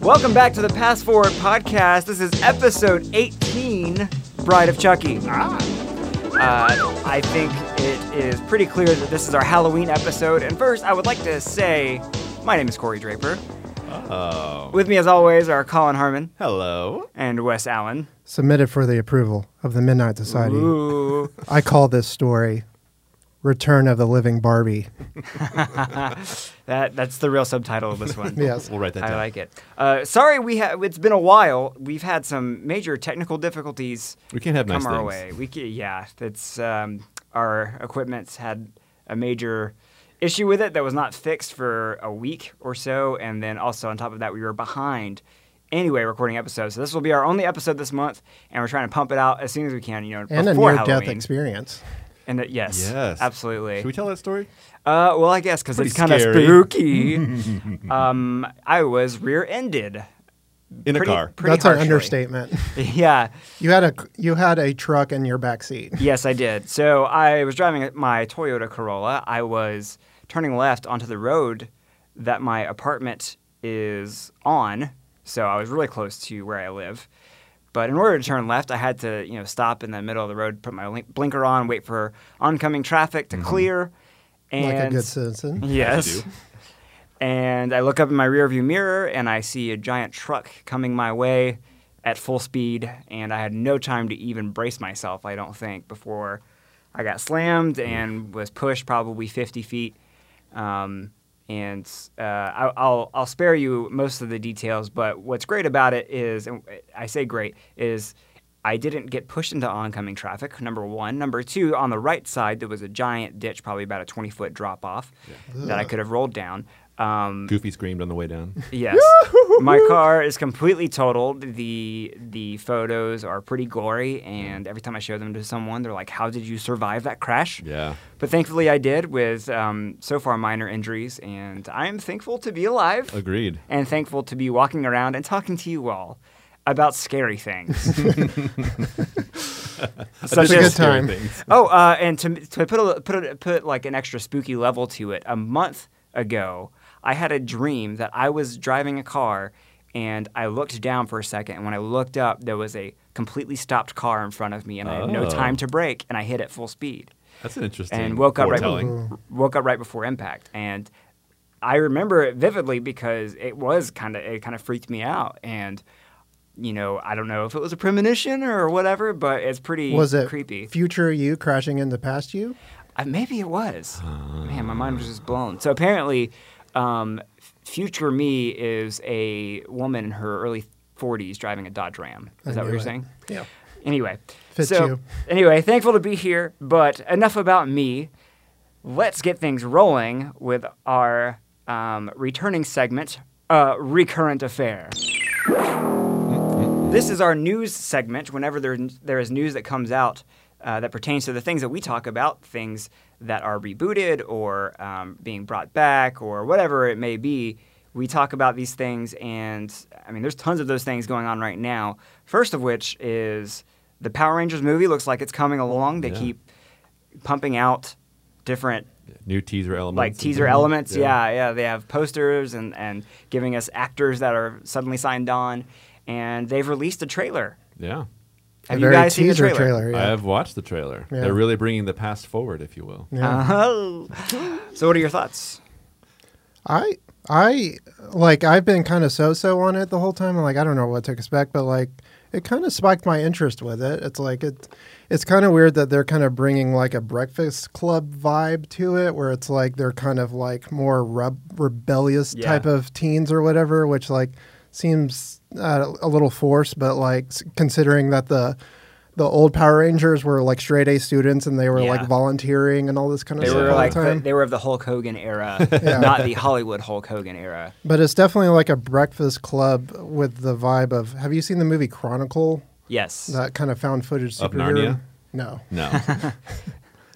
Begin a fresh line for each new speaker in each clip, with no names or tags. Welcome back to the Pass Forward podcast. This is episode 18, Bride of Chucky. Uh, I think it is pretty clear that this is our Halloween episode. And first, I would like to say my name is Corey Draper.
Oh.
With me, as always, are Colin Harmon
Hello.
and Wes Allen.
submitted for the approval of the Midnight Society.
Ooh.
I call this story Return of the Living Barbie.
That, that's the real subtitle of this one.
Yes.
We'll write that down.
I like it. Uh, sorry, we ha- it's been a while. We've had some major technical difficulties.
We can't have
come
nice
our
things.
way. We ca- yeah, it's um, our equipment's had a major issue with it that was not fixed for a week or so, and then also on top of that, we were behind. Anyway, recording episodes. So this will be our only episode this month, and we're trying to pump it out as soon as we can. You know,
And a
before
near death
Halloween.
experience.
And that, yes,
Yes.
absolutely.
Should we tell that story?
Uh, well, I guess because
Pretty
it's kind of
scary.
spooky. um, I was rear-ended.
In
Pretty-
a car.
pretty
That's
harshly.
an understatement.
yeah.
You had a you had a truck in your back seat.
Yes, I did. So I was driving my Toyota Corolla. I was turning left onto the road that my apartment is on. So I was really close to where I live. But in order to turn left, I had to, you know, stop in the middle of the road, put my link- blinker on, wait for oncoming traffic to clear. And
Mm-hmm.
Mm-hmm.
Like a good citizen.
As
Yes.
you do.
And I look up in my rearview mirror and I see a giant truck coming my way at full speed. And I had no time to even brace myself, I don't think, before I got slammed
Mm.
and was pushed probably 50 feet. Um, and uh, I, I'll, I'll spare you most of the details, but what's great about it is, and I say great, is I didn't get pushed into oncoming traffic, number one. Number two, on the right side, there was a giant ditch, probably about a 20 foot drop off that I could have rolled down. Um,
Goofy screamed on the way down.
yes. My car is completely totaled. The, the photos are pretty gory, and every time I show them to someone, they're like, How did you survive that crash?
Yeah.
But thankfully, I did with um, so far minor injuries, and I am thankful to be alive
Agreed.
and thankful to be walking around and talking to you all about scary things. Such
It's a
as-
good time.
Things.
oh, uh, and to, to put a, put a, put like an extra spooky level to it, a month ago, I had a dream that I was driving a car, and I looked down for a second, and when I looked up, there was a completely stopped car in front of me, and I had no
Oh.
time to brake, and I hit at full speed
That's an interesting.
and woke up right
foretelling.
woke up right before impact and I remember it vividly because it was kind of it kind of freaked me out and you know I don't know if it was a premonition or whatever but it's pretty
Was it
creepy
future you crashing into past you?
uh, maybe it was man my mind was just blown so apparently um, future me is a woman in her early 40s driving a Dodge Ram is
I
that what
knew
you're
it.
saying
Yeah.
Anyway,
Fits
so
you.
anyway, thankful to be here. But enough about me. Let's get things rolling with our um, returning segment, uh, recurrent affair. This is our news segment. Whenever there, there is news that comes out uh, that pertains to the things that we talk about, things that are rebooted or um, being brought back or whatever it may be, we talk about these things. And I mean, there's tons of those things going on right now. First of which is the Power Rangers movie looks like it's coming along. They
Yeah.
keep pumping out different
New teaser elements. Mm-hmm.
like
and
teaser
things.
elements. Yeah. yeah, They have posters and, and giving us actors that are suddenly signed on. And they've released a trailer.
Yeah.
Have
a
you
very
guys seen the
teaser
trailer?
yeah.
I have watched the trailer.
Yeah.
They're really bringing the past forward, if you will.
Yeah.
Oh. so, what are your thoughts?
I I like I've been kind of so-so on it the whole time. Like I don't know what to expect, but like it kind of spiked my interest with it. It's like it it's kind of weird that they're kind of bringing like a breakfast club vibe to it where it's like they're kind of like more rub- rebellious
Yeah.
type of teens or whatever, which like seems uh, a little forced, but like s- considering that the the old Power Rangers were like straight A students and they were
Yeah.
like volunteering and all this kind of
They
stuff
were uh,
all
like
the
the-
time.
they were of the Hulk Hogan era, not the Hollywood Hulk Hogan era.
But it's definitely like a breakfast club with the vibe of. Have you seen the movie Chronicle?
Yes.
That kind of found footage
Of
superhero.
Narnia?
No,
No.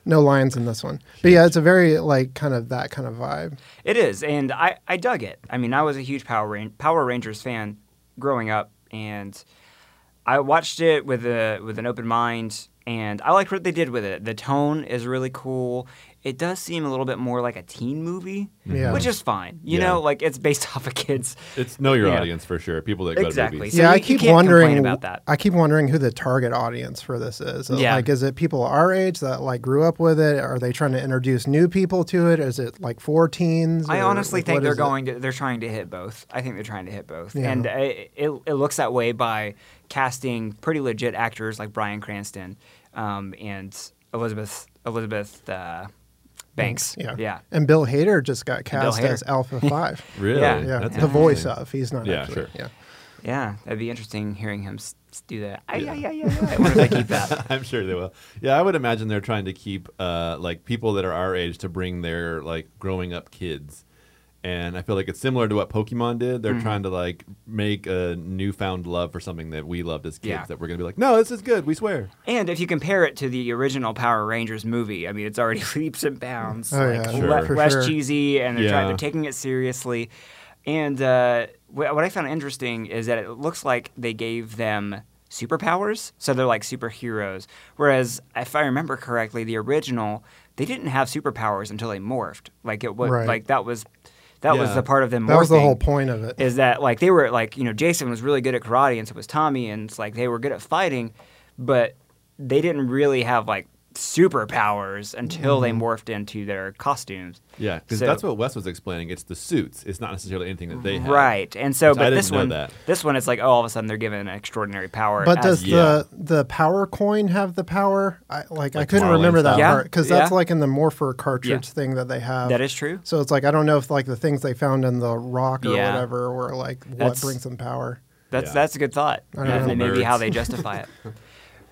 no lions in this one. But yeah, it's a very like kind of that kind of vibe.
It is, and I, I dug it. I mean, I was a huge Power Ran- Power Rangers fan growing up, and I watched it with a with an open mind, and I liked what they did with it. The tone is really cool. It does seem a little bit more like a teen movie,
Yeah.
which is fine. You
Yeah.
know, like it's based off of kids.
It's know your
Yeah.
audience for sure. People that go
Exactly.
to movies.
So
yeah,
you-
I
you
keep
can't
wondering
complain about that.
I keep wondering who the target audience for this is.
Yeah.
Like, is it people our age that like grew up with it? Are they trying to introduce new people to it? Is it like four teens?
I
or,
honestly
like,
think
what
they're
is it?
going to they're trying to hit both. I think they're trying to hit both,
Yeah.
and it, it it looks that way by casting pretty legit actors like Brian Cranston um, and Elizabeth Elizabeth uh, Banks.
Yeah.
yeah,
And Bill Hader just
Bill
got cast
Hader.
as Alpha Five.
Really?
Yeah.
Yeah,
That's
the voice
interesting.
of. He's not.
Yeah,
actually.
sure.
Yeah.
yeah. That'd be interesting hearing him s- s- do that. Ay, yeah, yeah, yeah, I wonder if they keep that.
I'm sure they will. Yeah, I would imagine they're trying to keep uh, like people that are our age to bring their like growing up kids. And I feel like it's similar to what Pokemon did.
Mm-hmm.
They're trying to like make a newfound love for something that we loved as kids
Yeah.
that we're gonna be like, no, this is good. We swear.
And if you compare it to the original Power Rangers movie, I mean, it's already leaps and bounds.
Oh,
like,
yeah.
Sure.
le-
For
less
sure.
cheesy, and they're, trying,
Yeah.
they're taking it seriously. And uh, wh- what I found interesting is that it looks like they gave them superpowers, so they're like superheroes. Whereas, if I remember correctly, the original they didn't have superpowers until they morphed. Like it was
Right.
like that was that was
Yeah.
the part of them.
That was the
morphing
whole point of it.
is that like they were like you know Jason was really good at karate and so was Tommy and it's like they were good at fighting, but they didn't really have like superpowers until they morphed into their costumes.
Mm-hmm. Yeah, because
So-
that's what Wes was explaining. It's the suits. It's not necessarily anything that they have.
Right, and so
Which I
but
didn't
this
know
one,
that.
this one, it's like oh, all of a sudden they're given an extraordinary power.
But
as-
does
Yeah.
the the power coin have the power? I like, I
Like
couldn't
Marlin
remember that
style? Yeah,
part because that's
yeah.
like in the morpher cartridge thing that they have.
that is true?
So it's like I don't know if like the things they found in the rock or
Yeah.
whatever were like what
That's-
brings them power.
That's
Yeah.
that's a good thought.
I
That's
know.
maybe how
Nerds.
they justify it.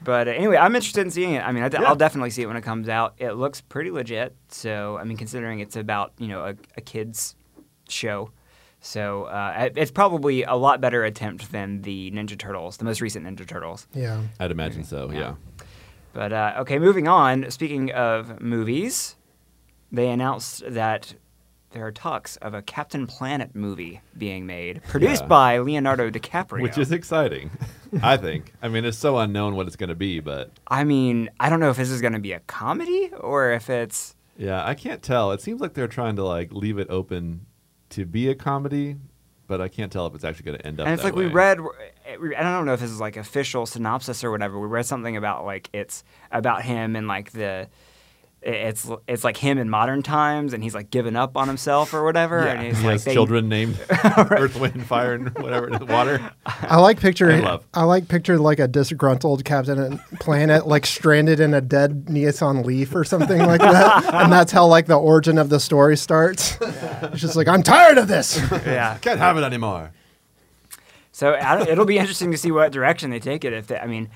But uh, anyway, I'm interested in seeing it. I mean, I d- I'll definitely see it when it comes out. It looks pretty legit. So I mean, considering it's about you know a, a kids show, so uh, it- it's probably a lot better attempt than the Ninja Turtles, the most recent Ninja Turtles.
Yeah.
I'd imagine so.
Yeah.
Yeah.
But uh, okay, moving on. Speaking of movies, they announced that there are talks of a Captain Planet movie being made, produced
Yeah.
by Leonardo DiCaprio.
Which is exciting, I think. I mean, it's so unknown what it's going to be, but
I mean, I don't know if this is going to be a comedy or if it's
yeah, I can't tell. It seems like they're trying to like leave it open to be a comedy, but I can't tell if it's actually going to end up.
and it's
that
like we
way.
read I don't know if this is like official synopsis or whatever. We read something about like it's about him and like the it's it's like him in modern times and he's like given up on himself or whatever
Yeah.
and he's
he
like
has
they-
children named Earth, Wind, Fire, and whatever water.
I like picturing.
I
I,
love.
like picturing like a disgruntled Captain Planet, like stranded in a dead Nissan Leaf or something like that, and that's how like the origin of the story starts. It's just like I'm tired of this.
yeah.
Can't have it anymore.
So I don't- it'll be interesting to see what direction they take it if they, I mean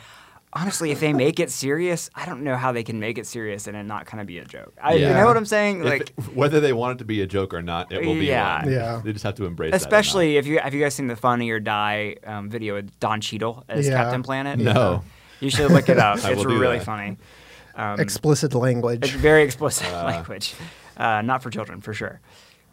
honestly if they make it serious, I don't know how they can make it serious and it not kind of be a joke. I, You
Yeah.
know what I'm saying?
If
Like
it- whether they want it to be a joke or not, it will be.
Yeah.
one.
Yeah.
They just have to embrace. that or not.
Especially if you have you guys seen the Funny or Die um, video with Don Cheadle as
Yeah.
Captain Planet? Uh,
No.
you should look it up.
I
it's
will do
really
that.
funny. Um,
Explicit language.
it's very explicit language, uh, not for children for sure.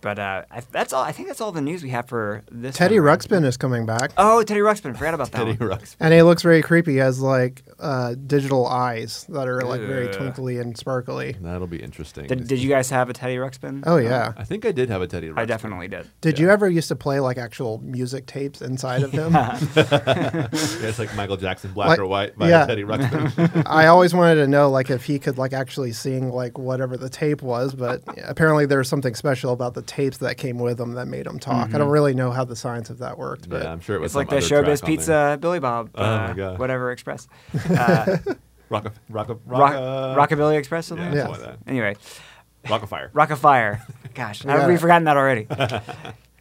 But uh, I, that's all. I think that's all the news we have for this.
Teddy
one.
Ruxpin is coming back.
Um, Oh, Teddy Ruxpin. Forgot about that.
Teddy
one.
Ruxpin.
And he looks very creepy. He has like uh, digital eyes that are like very
Ugh.
twinkly and sparkly.
That'll be interesting.
Did, did you guys have a Teddy Ruxpin?
Oh yeah.
I think I did have a
I
Teddy. Ruxpin.
definitely did.
Did you ever used to play like actual music tapes inside of him?
Yeah, it's like Michael Jackson, Black
Like-
or White by
yeah.
Teddy Ruxpin.
I always wanted to know like if he could like actually sing like whatever the tape was, but apparently there was something special about the tapes that came with them that made him talk. I don't really know how the science of that worked, but
yeah, I'm sure it was
It's like the
some other
Showbiz
track on there.
Pizza Billy Bob,
Oh,
uh,
my God.
whatever Express, uh,
Rock of Rock of
Rock,
Rock
Rockabilly Express. something
yeah,
like that?
something like
Anyway,
that. Rock of Fire.
Rock of Fire. Gosh,
got
I've we
it.
forgotten that already.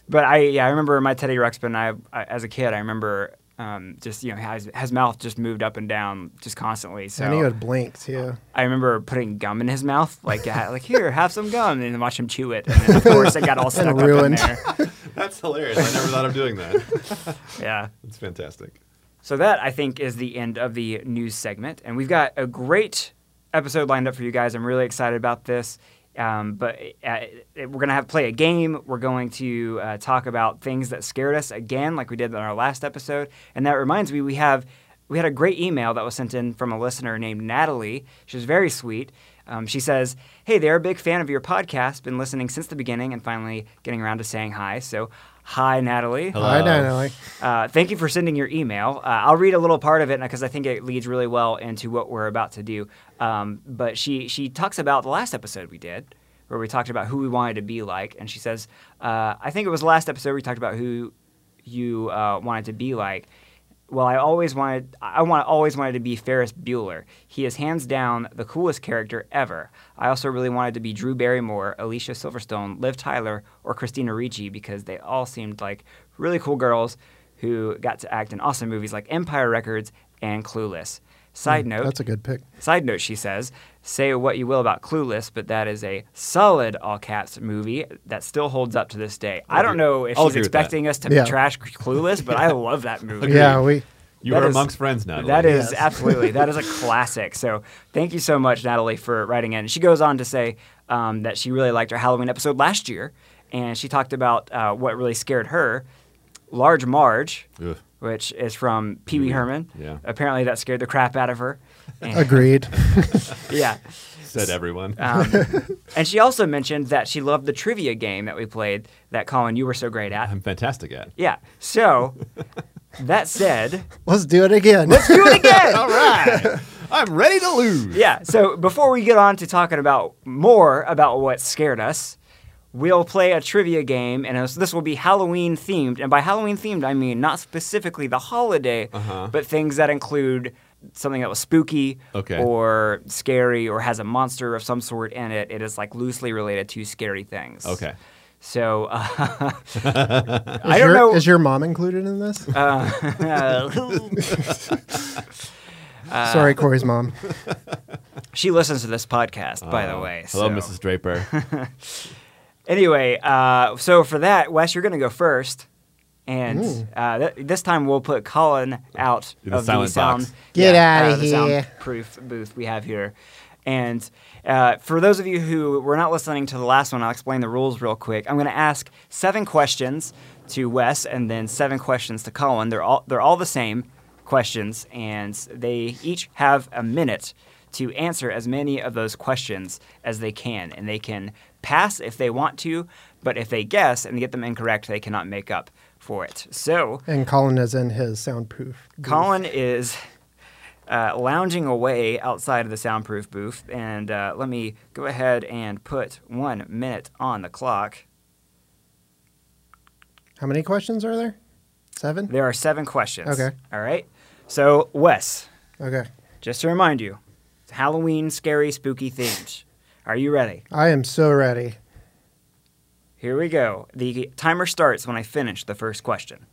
but I, yeah, I remember my Teddy Ruxpin. I, I as a kid, I remember um, just you know his, his mouth just moved up and down just constantly. So
and he would blink too.
I remember putting gum in his mouth, like I- like here, have some gum, and then watch him chew it. And then, of course, it got all stuck up in
ruined.
there.
That's hilarious. I never thought of doing that.
Yeah.
It's fantastic.
So that I think is the end of the news segment, and we've got a great episode lined up for you guys. I'm really excited about this. Um, but uh, we're gonna have play a game. We're going to uh, talk about things that scared us again, like we did in our last episode. And that reminds me, we have we had a great email that was sent in from a listener named Natalie. She was very sweet. Um, she says, Hey there, big fan of your podcast. Been listening since the beginning and finally getting around to saying hi. So, hi, Natalie.
Hello.
Hi, Natalie.
Uh, thank you for sending your email. Uh, I'll read a little part of it because I think it leads really well into what we're about to do. Um, but she she talks about the last episode we did, where we talked about who we wanted to be like, and she says, uh, I think it was the last episode we talked about who you uh, wanted to be like. Well, I always wanted I want always wanted to be Ferris Bueller. He is hands down the coolest character ever. I also really wanted to be Drew Barrymore, Alicia Silverstone, Liv Tyler, or Christina Ricci because they all seemed like really cool girls who got to act in awesome movies like Empire Records and Clueless.
Hmm,
Side note,
That's a good pick.
Side note, she says, say what you will about Clueless, but that is a solid all caps movie that still holds up to this day. I don't know if
I'll
she's
agree with that.
expecting us to
Yeah.
trash Clueless, but I love that movie.
Yeah, we.
You
That
are
is-
amongst friends, Natalie.
That is
Yes.
absolutely that is a classic. So thank you so much, Natalie, for writing in. She goes on to say um, that she really liked our Halloween episode last year, and she talked about uh, what really scared her, Large Marge,
Ugh.
which is from Pee Wee Herman.
Yeah.
Apparently that scared the crap out of her. And-
Agreed.
Yeah.
said everyone.
Um, and she also mentioned that she loved the trivia game that we played that Colin, you were so great at.
I'm fantastic at.
Yeah. So that said,
Let's do it again.
do it again.
All right, I'm ready to lose.
Yeah. So before we get on to talking about more about what scared us, we'll play a trivia game, and it's- this will be Halloween themed. And by Halloween themed, I mean not specifically the holiday,
Uh-huh.
but things that include something that was spooky
Okay.
or scary or has a monster of some sort in it. It is like loosely related to scary things.
Okay.
So uh,
Is
I don't
your,
know.
Is your mom included in this?
Uh, uh,
Sorry, Corey's mom.
she listens to this podcast, by the way.
Uh, Hello,
so-
Mrs. Draper.
Anyway, uh, so for that, Wes, you're going to go first. And uh, th- this time we'll put Colin out
In the
of the
silent
sound.
box.
Get outta
the
here.
soundproof booth we have here. And uh, for those of you who were not listening to the last one, I'll explain the rules real quick. I'm going to ask seven questions to Wes and then seven questions to Colin. They're all they're all the same questions, and they each have a minute to answer as many of those questions as they can, and they can pass if they want to, but if they guess and get them incorrect, they cannot make up for it. So
And Colin is in his soundproof.
Colin is uh, lounging away outside of the soundproof booth, and uh, let me go ahead and put one minute on the clock.
How many questions are there? Seven?
There are seven questions.
Okay.
All right. So, Wes,
Okay.
just to remind you, it's Halloween, scary, spooky themed. Are you ready?
I am so ready.
Here we go. The timer starts when I finish the first question.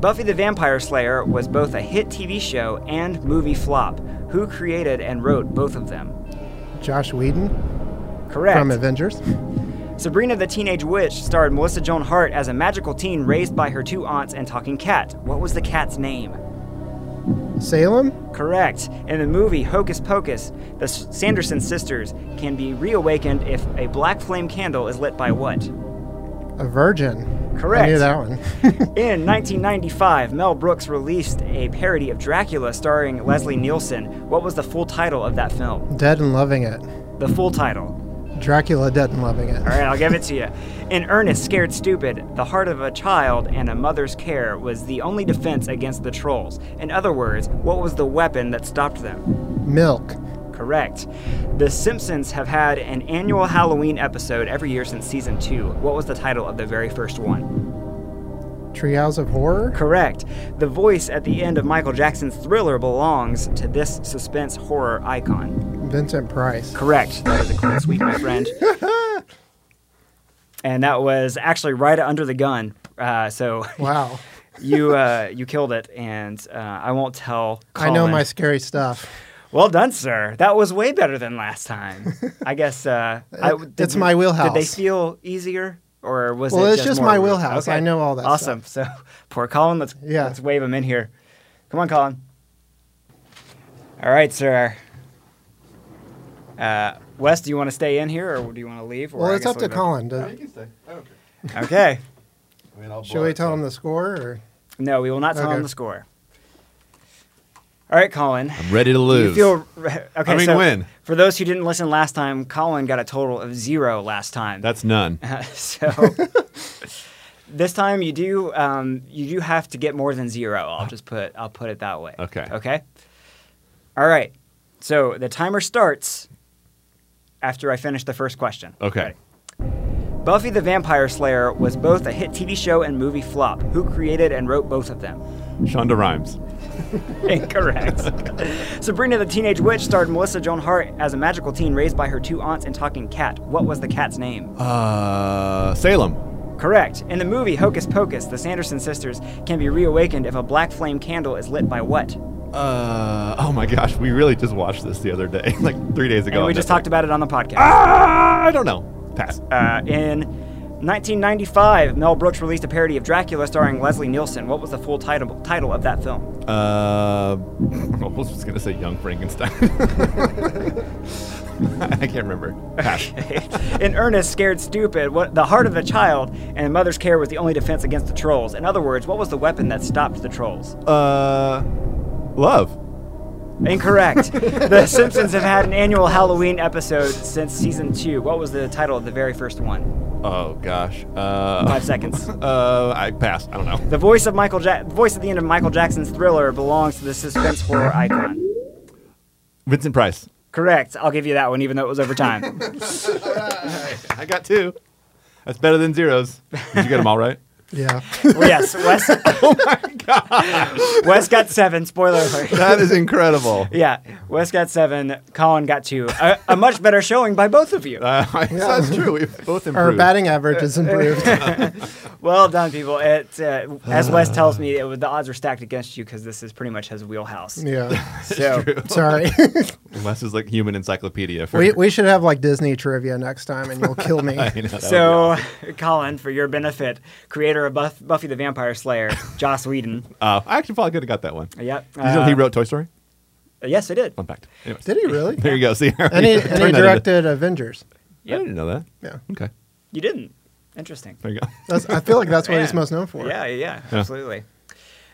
Buffy the Vampire Slayer was both a hit TV show and movie flop. Who created and wrote both of them?
Josh Whedon
Correct.
from Avengers.
Sabrina the Teenage Witch starred Melissa Joan Hart as a magical teen raised by her two aunts and talking cat. What was the cat's name?
Salem?
Correct. In the movie Hocus Pocus, the S- Sanderson sisters can be reawakened if a black flame candle is lit by what?
A virgin. I
Correct.
knew that one.
In 1995, Mel Brooks released a parody of Dracula starring Leslie Nielsen. What was the full title of that film?
Dead and loving it.
The full title.
Dracula dead and loving it.
All right, I'll give it to you. In Ernest Scared Stupid, the heart of a child and a mother's care was the only defense against the trolls. In other words, what was the weapon that stopped them?
Milk.
Correct. The Simpsons have had an annual Halloween episode every year since season two. What was the title of the very first one?
Treehouse of Horror?
Correct. The voice at the end of Michael Jackson's thriller belongs to this suspense horror icon.
Vincent Price.
Correct. That is a clean sweep, my friend. and that was actually right under the gun. Uh, so
Wow.
you uh, you killed it, and uh, I won't tell.
I know
Colin.
my scary stuff.
Well done, sir. That was way better than last time. I guess. Uh, I,
It- it's my wheelhouse.
Did they feel easier, or was
Well,
it?
it's
just
just
more
my
of a-
wheelhouse. I know all that
Awesome. So poor Colin. Let's
Yeah.
let's wave him in here. Come on, Colin. All right, sir. Uh, Wes, do you want to stay in here, or do you want to leave? Or
Well,
I
it's
guess
up to
leave it-
Colin. Does-
Okay.
I mean, I'll
Should we tell him the score? Or?
No, we will not tell
Okay.
him the score. All right, Colin.
I'm ready to
You
lose.
feel okay?
I mean,
so
win.
For those who didn't listen last time, Colin got a total of zero last time.
That's none.
so this time you do um, you do have to get more than zero. I'll just put I'll put it that way.
Okay.
Okay. All right. So the timer starts after I finish the first question.
Okay.
Ready? Buffy the Vampire Slayer was both a hit TV show and movie flop. Who created and wrote both of them?
Shonda Rhimes.
Incorrect. Sabrina the Teenage Witch starred Melissa Joan Hart as a magical teen raised by her two aunts and talking cat. What was the cat's name?
Uh, Salem.
Correct. In the movie Hocus Pocus, the Sanderson sisters can be reawakened if a black flame candle is lit by what?
Uh, oh my gosh, we really just watched this the other day, like three days ago.
And
on
we just
Netflix.
talked about it on the podcast.
Ah, I don't know. Pass.
Uh, in 1995, Mel Brooks released a parody of Dracula starring Leslie Nielsen. What was the full title, title of that film?
Uh, I was just gonna say Young Frankenstein. I can't remember. Pass.
in Ernest Scared Stupid, what, the heart of a child and a mother's care was the only defense against the trolls. In other words, what was the weapon that stopped the trolls?
Uh, love.
Incorrect. the Simpsons have had an annual Halloween episode since season two. What was the title of the very first one?
Oh gosh. Uh,
Five seconds.
Uh, I passed. I don't know.
The voice of Michael ja- the voice at the end of Michael Jackson's Thriller belongs to the suspense horror icon.
Vincent Price.
Correct. I'll give you that one, even though it was over time.
I got two. That's better than zeros. Did you get them all right?
Yeah.
Well, yes, Wes. oh my god. Wes got seven. Spoiler alert.
That is incredible.
Yeah, Wes got seven. Colin got two. A, a much better showing by both of you.
Uh, That's true. We both
Our
improved.
batting average is improved.
Well done, people. It, uh, as Wes tells me, it, was- the odds are stacked against you because this is pretty much his wheelhouse.
yeah.
So,
Sorry.
Wes is like human encyclopedia. For
we, we should have like Disney trivia next time and you'll kill me.
You know, that would
so Colin, for your benefit, creator of Buff- Buffy the Vampire Slayer, Joss Whedon.
be- uh, I actually probably could have got that one. Did
Yep.
you know he
uh,
wrote Toy Story?
Yes, I did.
Fun fact. Anyways.
Did he really?
There you go. See, I
And he,
already
and he
turned that into-
directed Avengers.
I didn't know that.
Yeah.
Okay.
You didn't. Interesting.
There you go.
That's, I feel like that's what he's
Yeah.
most known for.
Yeah, yeah,
Yeah.
absolutely.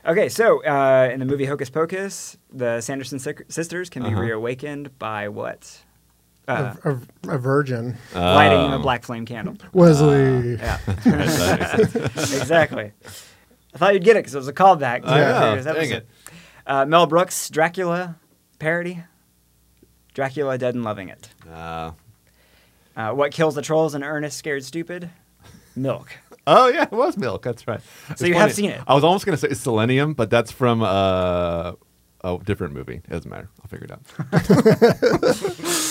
Okay, so uh, in the movie Hocus Pocus, the Sanderson sic- sisters can be
Uh-huh.
reawakened by what? Uh,
A, a virgin.
lighting a
Um,
black flame candle.
Wesley.
Yeah,
that makes sense.
exactly. I thought you'd get it because it was a callback. to
I
our
know,
previous
dang
episode.
it.
Uh, Mel Brooks Dracula parody. Dracula dead and loving it.
Uh,
Uh, what kills the trolls and Ernest Scared Stupid? Milk.
oh yeah, it was milk. That's right. It's
you have seen it.
I was almost gonna say selenium, but that's from uh, a different movie. It doesn't matter. I'll figure it out.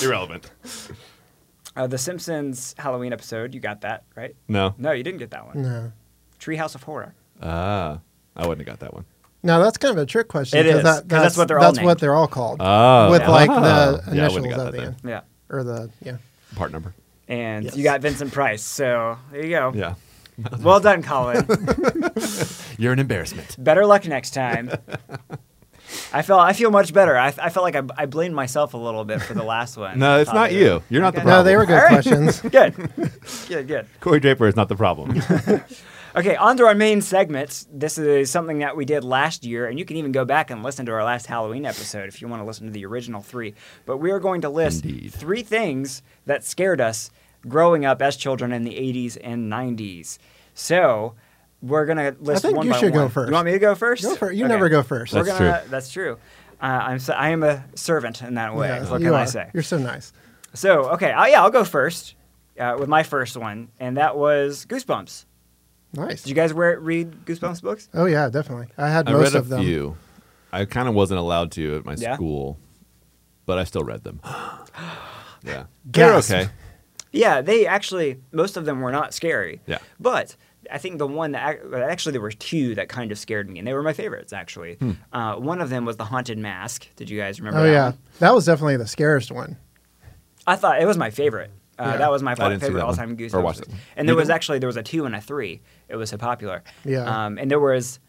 Irrelevant.
Uh, the Simpsons Halloween episode. You got that right?
No.
No, you didn't get that one.
No.
Treehouse of Horror.
Ah, I wouldn't have got that one.
Now that's kind of a trick question.
It
'cause
is, 'cause that's what they're all
That's what
named. Uh,
they're all called.
Oh,
with
yeah.
like
Ah.
the
Yeah, I
initials
wouldn't have got
at
that
the
then.
end.
Yeah.
Or the, yeah.
Part number.
And you
Yes.
got Vincent Price. So there you go.
Yeah.
Well done, Colin.
You're an embarrassment.
better luck next time. I feel I feel much better. I, I felt like I, I blamed myself a little bit for the last one.
No, it's not you. You're not the
Oh, Okay.
problem.
No, they were
All
good
right.
questions.
Good. Good, good.
Corey Draper is not the problem.
Okay, on to our main segments. This is something that we did last year, and you can even go back and listen to our last Halloween episode if you want to listen to the original three. But we are going to list
Indeed.
three things that scared us growing up as children in the 80s and 90s. So we're going to list
think
one
you
by
should go
one.
first.
You want me to go first?
Go for it. You
Okay.
never go first.
We're
That's
gonna,
true.
That's true. Uh, I'm so, I am a servant in that way.
Yeah,
what
you
can I
are.
say?
You're so nice.
So okay, I, yeah, I'll go first uh, with my first one, and that was Goosebumps.
Nice.
Did you guys wear, read Goosebumps books?
Oh yeah, definitely. I had
I
most
read a
of them.
few. I kind of wasn't allowed to at my
Yeah?
school, but I still read them. yeah, they're
Gasp.
okay.
Yeah, they actually most of them were not scary.
Yeah.
but I think the one that ac- well, actually there were two that kind of scared me, and they were my favorites actually. Uh, one of them was the Haunted Mask. Did you guys remember?
Oh
that
yeah,
one?
that was definitely the scariest one.
I thought it was my favorite. Uh,
Yeah.
That was my
I didn't see
favorite
that
all
one.
time Goosebumps.
Or watch that one.
And there
You
was
didn't?
actually there was a two and a three. It was so popular.
Yeah.
Um, and there was,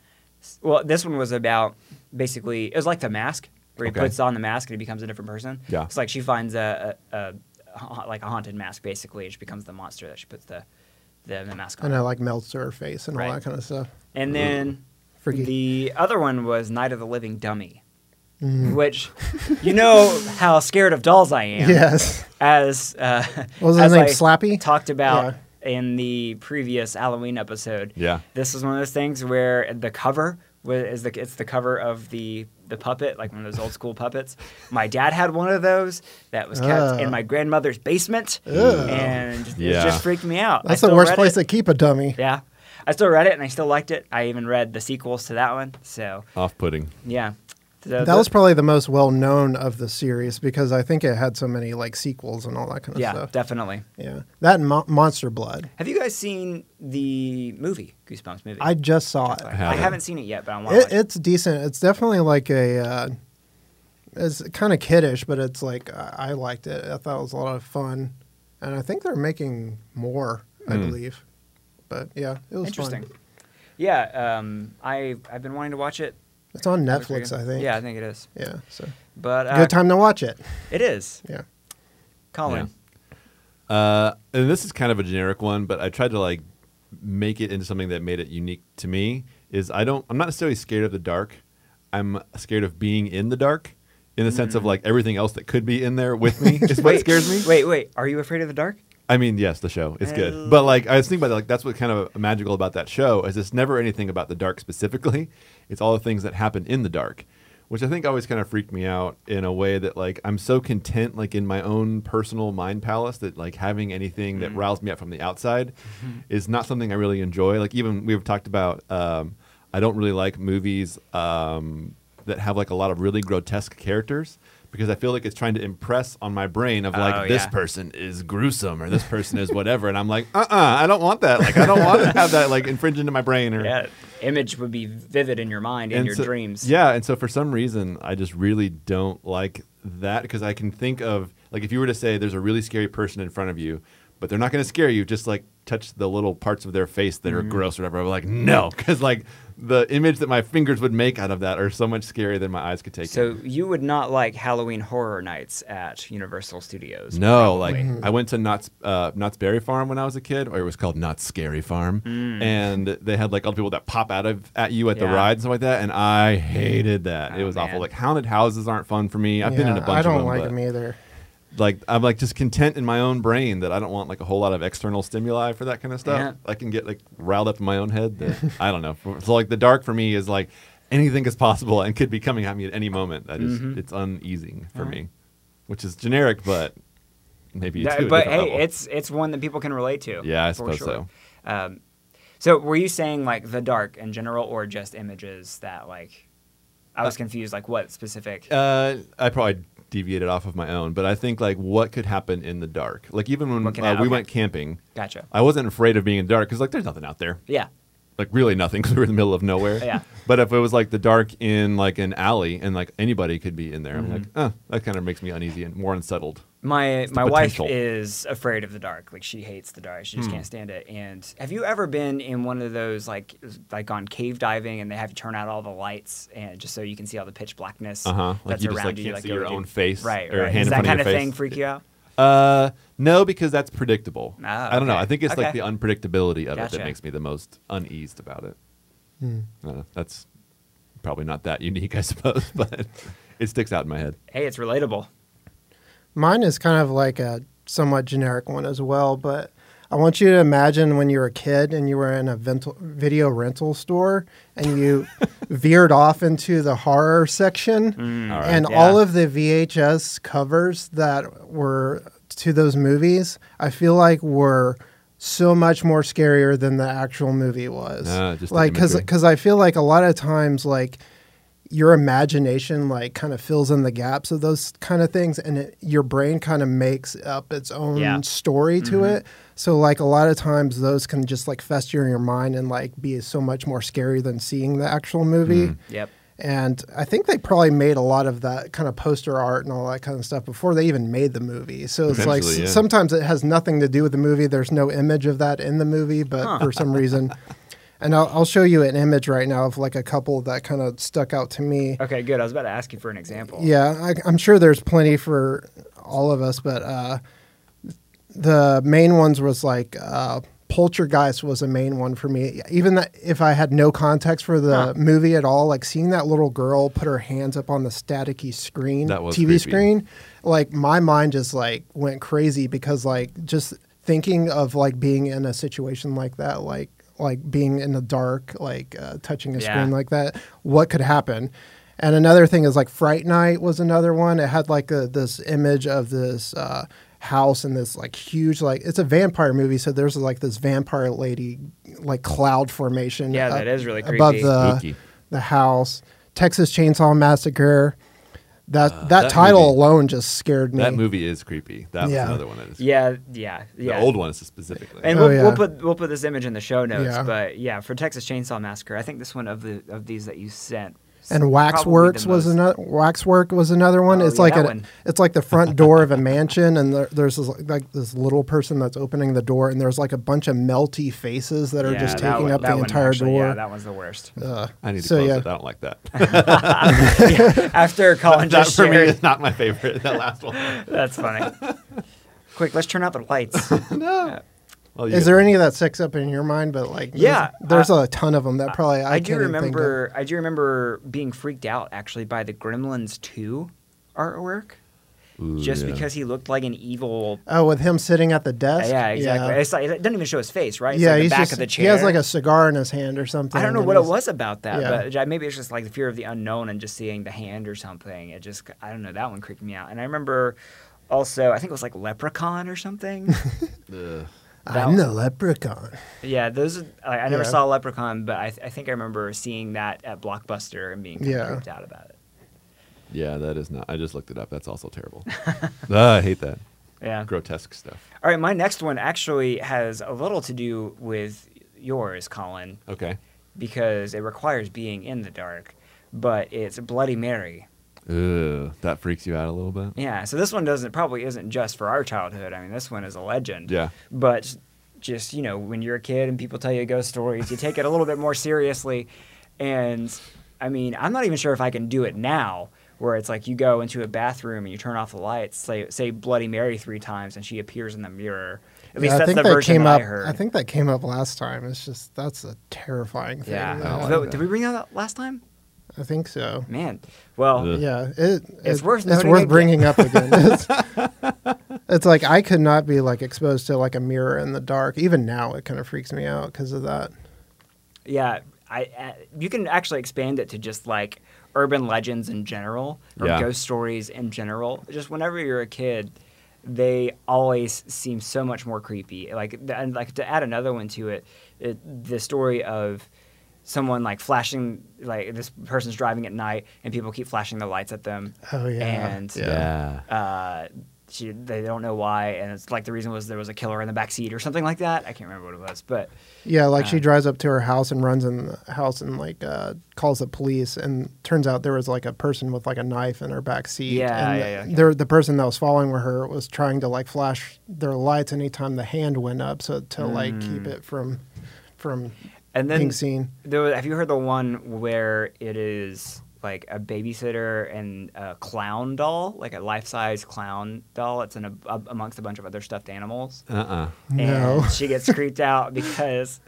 well, this one was about basically it was like the mask where he
Okay.
puts on the mask and he becomes a different person.
Yeah.
It's like she finds a, a, a, ha- like a haunted mask basically. and She becomes the monster that she puts the the, the mask on.
And I like melts to her face and all
Right.
that kind of stuff.
And then
Freaky.
the other one was Night of the Living Dummy.
Mm-hmm.
which you know how scared of dolls I am.
Yes.
As uh,
What was
as
his name,
I
Slappy?
talked about in the previous Halloween episode.
Yeah.
This is one of those things where the cover wa- is the it's the cover of the the puppet, like one of those old school puppets. My dad had one of those that was kept
Ugh.
in my grandmother's basement, and
Yeah.
it just freaked me out. I
That's the
still
worst
read
place
it.
to keep a dummy.
Yeah. I still read it and I still liked it. I even read the sequels to that one. So,
Off putting.
yeah. So
That was probably the most well known of the series because I think it had so many like sequels and all that kind of
Yeah,
stuff.
definitely.
yeah. That and Mo- Monster Blood.
Have you guys seen the movie, Goosebumps movie?
I just saw it.
I
haven't.
haven't seen it yet, but I want
it
to.
it's decent. It's definitely like a. Uh, it's kind of kiddish, but it's like uh, I I liked it. I thought it was a lot of fun, and I think they're making more. I believe, but yeah, it was
Interesting.
Fun.
Yeah, um, I I've been wanting to watch it.
It's on Netflix, I think.
Yeah, I think it is.
yeah. So
But uh,
good time to watch it.
It is.
Yeah,
Colin.
Uh, and this is kind of a generic one, but I tried to like make it into something that made it unique to me. Is I don't, I'm not necessarily scared of the dark. I'm scared of being in the dark, in the sense of like everything else that could be in there with me is what
Hmm. Wait,
scares me.
Wait, wait. Are you afraid of the dark?
I mean, yes, the show is
Oh.
good, but like I was thinking about that, like that's what kind of magical about that show is it's never anything about the dark specifically. It's all the things that happen in the dark, which I think always kind of freaked me out in a way that like I'm so content like in my own personal mind palace that like having anything
Mm-hmm.
that riles me up from the outside is not something I really enjoy. Like even we've talked about, um, I don't really like movies um, that have like a lot of really grotesque characters. Because I feel like it's trying to impress on my brain of like
Oh,
this
yeah.
person person is gruesome or this person is whatever and i'm like uh-uh i don't want that like i don't want to have that like infringe into my brain or
Yeah. Image would be vivid in your mind, in
and
your
so-
dreams.
yeah and so for some reason i just really don't like that because i can think of like if you were to say there's a really scary person in front of you but they're not going to scare you just like touch the little parts of their face that
Mm-hmm.
are gross or whatever i'm like no because like the image that my fingers would make out of that are so much scarier than my eyes could take in.
So you would not like Halloween Horror Nights at Universal Studios.
No, like I went to Knott's uh, Knott's Berry Farm when I was a kid, or it was called Knott's Scary Farm, and they had like all the people that pop out of at you at the
Yeah.
ride and stuff like that, and I hated that. it
Oh,
was awful.
man.
Like haunted houses aren't fun for me. I've been
Yeah,
in a bunch
I don't
of them.
like
but,
them either.
Like I'm like just content in my own brain that I don't want like a whole lot of external stimuli for that kind of stuff.
Yeah.
I can get like riled up in my own head. That, I don't know. So like the dark for me is like anything is possible and could be coming at me at any moment. That is,
Mm-hmm.
it's uneasing for me, which is generic, but. Maybe it's
Yeah, but hey, it's it's one that people can relate to.
Yeah, I
for
suppose so.
so. Um, so were you saying like the dark in general, or just images that like? I was confused. Like what specific?
Uh, I probably deviated off of my own, but I think like what could happen in the dark. Like even when
Looking
uh,
out,
we
okay.
went camping,
gotcha.
I wasn't afraid of being in the dark because like there's nothing out there,
Yeah.
like really nothing because we're in the middle of nowhere.
Yeah.
But if it was like the dark in like an alley and like anybody could be in there, I'm
Mm-hmm.
like, oh, that kind of makes me uneasy and more unsettled.
My
the
my wife
potential. Hmm.
is afraid of the dark. Like she hates the dark. She just can't stand it. And have you ever been in one of those like like on cave diving and they have you turn out all the lights and just so you can see all the pitch blackness
Uh huh. Like
that's
you just
around
like
you?
can't
like
see
go
your
to-
own face,
Right.
Or a
right.
hand
Does that
in front
kind
of
of
your
thing
face.
freak you out?
Uh, no, because that's predictable.
Ah,
I don't know.
okay.
I think it's like
Okay.
the unpredictability of it
Gotcha.
that makes me the most uneased about it.
Hmm.
Uh, that's probably not that unique, I suppose, but it sticks out in my head.
Hey, it's relatable.
Mine is kind of like a somewhat generic one as well, but I want you to imagine when you were a kid and you were in a vental, video rental store and you veered off into the horror section,
All right.
and
yeah.
all of the VHS covers that were to those movies, I feel like were so much more scarier than the actual movie was.
Ah, just the
like, because
imagery.
because I feel like a lot of times, like your imagination, like kind of fills in the gaps of those kind of things, and it, your brain kind of makes up its own
Yeah.
story to
Mm-hmm.
it. So, like a lot of times, those can just like fester in your mind and like be so much more scary than seeing the actual movie.
Mm.
Yep.
And I think they probably made a lot of that kind of poster art and all that kind of stuff before they even made the movie. So it's like
Potentially,
s-
yeah.
sometimes it has nothing to do with the movie. There's no image of that in the movie, but for some reason. And I'll, I'll show you an image right now of like a couple that kind of stuck out to me.
Okay, good. I was about to ask you for an example.
Yeah, I, I'm sure there's plenty for all of us, but uh, the main ones was like uh, Poltergeist was a main one for me. Even that, if I had no context for the movie at all, like seeing that little girl put her hands up on the staticky screen,
That was
TV
creepy.
screen, like my mind just like went crazy because like just thinking of like being in a situation like that, like like being in the dark, like uh, touching a
Yeah.
screen like that, what could happen? And another thing is like Fright Night was another one. It had like a, this image of this uh, house and this like huge like it's a vampire movie, so there's like this vampire lady like cloud formation.
Yeah,
up-
that is really
above
creepy.
the
Spooky.
the house. Texas Chainsaw Massacre. That that,
Uh, that
title
movie-
alone just scared me.
That movie is creepy. That was
Yeah.
another one. That is
Yeah, yeah, yeah.
The old one specifically.
And
Oh,
we'll, we'll
yeah.
put we'll put this image in the show notes.
Yeah.
But yeah, for Texas Chainsaw Massacre, I think this one of the of these that you sent. s-
and
probably
waxworks
the
was
most-
another waxwork was another one.
Oh,
it's
yeah,
like
that
a,
one.
it's like the front door of a mansion, and there, there's this, like this little person that's opening the door, and there's like a bunch of melty faces that are
Yeah,
just
that
taking
one-
up
that
the
one
entire
actually,
door. Uh,
Yeah, that one's the worst.
I need to
so,
close
yeah.
it. I don't like that.
After Colin
that
just
for me
shared,
is not my favorite. That last one.
that's funny. Quick, let's turn out the lights.
Well, you
Is
get-
there any that sticks up in your mind? But like, there's-
Yeah,
there's,
I-
a ton of them that probably I,
I, do
can't even think of.
remember. I do remember being freaked out actually by the Gremlins Two artwork,
Ooh,
just
yeah.
because he looked like an evil.
Oh, with him sitting at the desk.
yeah, exactly. It's like, it doesn't even show his face, right? It's
Yeah,
like the
he's
back
just,
of the chair.
he has like a cigar in his hand or something.
I don't know
and
what it
he's-
was about that,
Yeah.
but j- maybe it's just like the fear of the unknown and just seeing the hand or something. It just, I don't know, that one creeped me out. And I remember also, I think it was like Leprechaun or something.
Ugh.
I'm the leprechaun.
yeah, those, are- I, I never
Yeah.
saw Leprechaun, but I, th- I think I remember seeing that at Blockbuster and being kind
Yeah.
of creeped out about it.
Yeah, that is not. I just looked it up. That's also terrible. Ah, I hate that
Yeah.
grotesque stuff.
All right, my next one actually has a little to do with yours, Colin,
Okay.
because it requires being in the dark, but it's Bloody Mary.
Ugh, that freaks you out a little bit.
Yeah, so this one doesn't probably isn't just for our childhood. I mean, this one is a legend.
Yeah.
But just, you know, when you're a kid and people tell you ghost stories, you take it a little bit more seriously. And I mean, I'm not even sure if I can do it now where it's like you go into a bathroom and you turn off the lights, say say Bloody Mary 3 times and she appears in the mirror. At least
Yeah,
that's
I think
the
that
version
came
that
up.
I heard.
think that came up last time. It's just that's a terrifying thing.
yeah.
I don't
Though-
like
Did we bring that up last time?
I think so.
Man. Well,
Ugh.
Yeah, it,
It's
it-
worth
it's
noting
worth
again.
bringing up again. It's, it's like I could not be like exposed to like a mirror in the dark. Even now, it kind of freaks me out because of that.
Yeah, I uh, you can actually expand it to just like urban legends in general or
Yeah.
ghost stories in general. Just whenever you're a kid, they always seem so much more creepy. Like th- and like to add another one to it, it the story of someone like flashing like this person's driving at night and people keep flashing the lights at them.
Oh, yeah.
And
Yeah.
uh she, they don't know why, and it's like the reason was there was a killer in the back seat or something like that. I can't remember what it was, but
Yeah, like
Uh,
she drives up to her house and runs in the house and like uh, calls the police. And turns out there was like a person with like a knife in her back seat.
Yeah,
and
yeah, yeah, yeah.
there- the person that was following with her was trying to like flash their lights anytime the hand went up, so to like keep it from from
and Mm. then
being seen.
There was, have you heard the one where it is like a babysitter and a clown doll, like a life-size clown doll? It's in a, a- amongst a bunch of other stuffed animals,
Uh uh
No.
and she gets creeped out because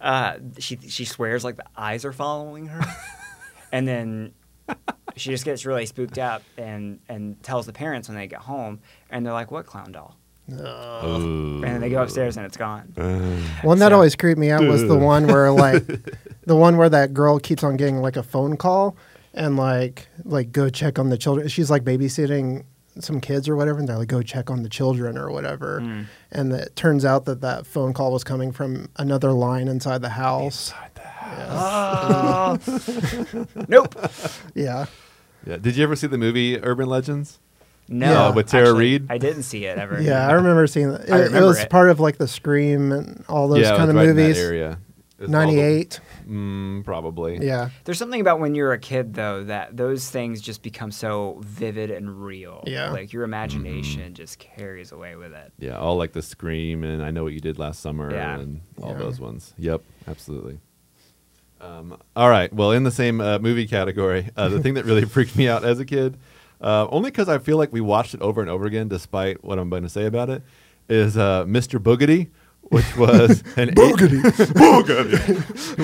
uh, she she swears like the eyes are following her, and then she just gets really spooked out and and tells the parents when they get home, and they're like, "What clown doll?" And then they go upstairs and it's gone.
One that
So-
always creeped me out was the one where like the one where that girl keeps on getting like a phone call and like like go check on the children. She's like babysitting some kids or whatever, and they're like go check on the children or whatever.
Hmm.
And it turns out that that phone call was coming from another line inside the house.
Oh, nope.
Yeah,
Yeah. Did you ever see the movie Urban Legends?
No,
Yeah, with Tara
actually,
Reid?
I didn't see it ever.
yeah, I remember seeing that. It,
I
it
remember
was
it.
part of like the Scream and all those
yeah, it
kind
was
of
right In
movies.
that area. It's all the-
Ninety eight.
Mm, probably.
Yeah.
There's something about when you're a kid, though, that those things just become so vivid and real.
Yeah.
Like your imagination just carries away with it.
Yeah, all like the Scream and I Know What You Did Last Summer
Yeah.
and all
Yeah.
those ones. Yep, absolutely. Um, all right, well, in the same uh, movie category, uh, the thing that really freaked me out as a kid, uh, only because I feel like we watched it over and over again, despite what I'm going to say about it, is uh, Mr. Boogedy which was an
Boogity.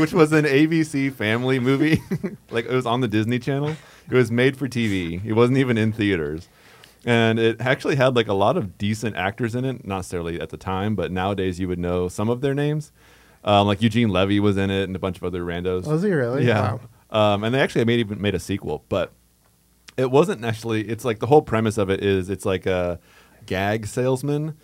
which was an ABC family movie. like it was on the Disney Channel. It was made for TV. It wasn't even in theaters. And it actually had like a lot of decent actors in it, not necessarily at the time, but nowadays you would know some of their names. Um, like Eugene Levy was in it and a bunch of other randos.
Was he really?
Yeah.
Wow.
Um, and they actually made even made a sequel, but it wasn't actually. It's like the whole premise of it is it's like a gag salesman